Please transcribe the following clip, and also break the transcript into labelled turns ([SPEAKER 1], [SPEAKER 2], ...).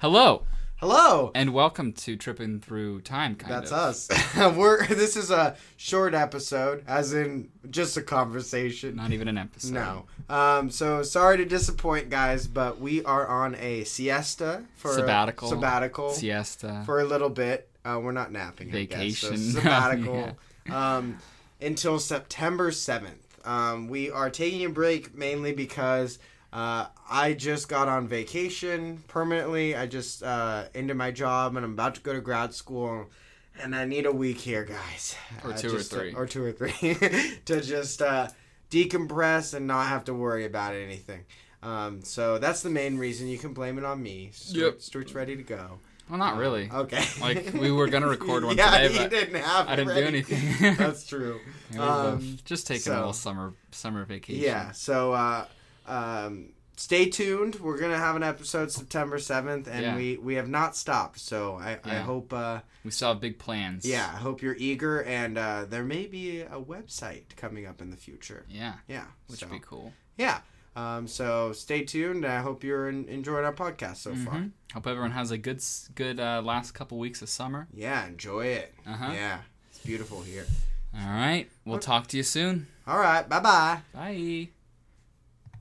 [SPEAKER 1] Hello
[SPEAKER 2] Hello.
[SPEAKER 1] and welcome to tripping through time. Kind
[SPEAKER 2] That's
[SPEAKER 1] of.
[SPEAKER 2] us. We're this is a short episode, as in just a conversation.
[SPEAKER 1] Not even an episode.
[SPEAKER 2] No. Um, so sorry to disappoint, guys, but we are on a siesta for
[SPEAKER 1] Sabbatical.
[SPEAKER 2] sabbatical
[SPEAKER 1] siesta.
[SPEAKER 2] for a little bit. Uh, we're not napping. I guess.
[SPEAKER 1] Vacation.
[SPEAKER 2] So sabbatical. um, until September seventh. Um, we are taking a break mainly because uh, I just got on vacation permanently. I just uh, ended my job and I'm about to go to grad school. And I need a week here, guys.
[SPEAKER 1] Or
[SPEAKER 2] Uh,
[SPEAKER 1] two or
[SPEAKER 2] just to-
[SPEAKER 1] three.
[SPEAKER 2] or two or three. to just uh, decompress and not have to worry about anything. Um, so that's the main reason. You can blame it on me. Stuart,
[SPEAKER 1] Yep.
[SPEAKER 2] Stuart's ready to go.
[SPEAKER 1] well, not really.
[SPEAKER 2] Okay.
[SPEAKER 1] Like, we were gonna record one
[SPEAKER 2] yeah,
[SPEAKER 1] today,
[SPEAKER 2] you
[SPEAKER 1] but
[SPEAKER 2] didn't have.
[SPEAKER 1] I didn't
[SPEAKER 2] it
[SPEAKER 1] do
[SPEAKER 2] ready.
[SPEAKER 1] anything.
[SPEAKER 2] That's true.
[SPEAKER 1] Yeah, we
[SPEAKER 2] Um,
[SPEAKER 1] both just taking
[SPEAKER 2] so-
[SPEAKER 1] a little summer summer vacation.
[SPEAKER 2] yeah. So, uh, um, stay tuned. We're gonna have an episode September seventh, and
[SPEAKER 1] Yeah.
[SPEAKER 2] we we have not stopped. So I I
[SPEAKER 1] Yeah.
[SPEAKER 2] hope uh
[SPEAKER 1] We still have big plans.
[SPEAKER 2] yeah I hope you're eager, and uh, there may be a website coming up in the future.
[SPEAKER 1] Yeah.
[SPEAKER 2] Yeah.
[SPEAKER 1] Which
[SPEAKER 2] so,
[SPEAKER 1] would be cool.
[SPEAKER 2] yeah. Um, so stay tuned. I hope you're en- enjoying our podcast so far.
[SPEAKER 1] Mhm. Hope everyone has a good s- good uh, last couple weeks of summer.
[SPEAKER 2] Yeah, enjoy it.
[SPEAKER 1] Uh-huh.
[SPEAKER 2] Yeah, it's beautiful here.
[SPEAKER 1] All right. We'll talk to you soon.
[SPEAKER 2] All right, bye bye.
[SPEAKER 1] Bye.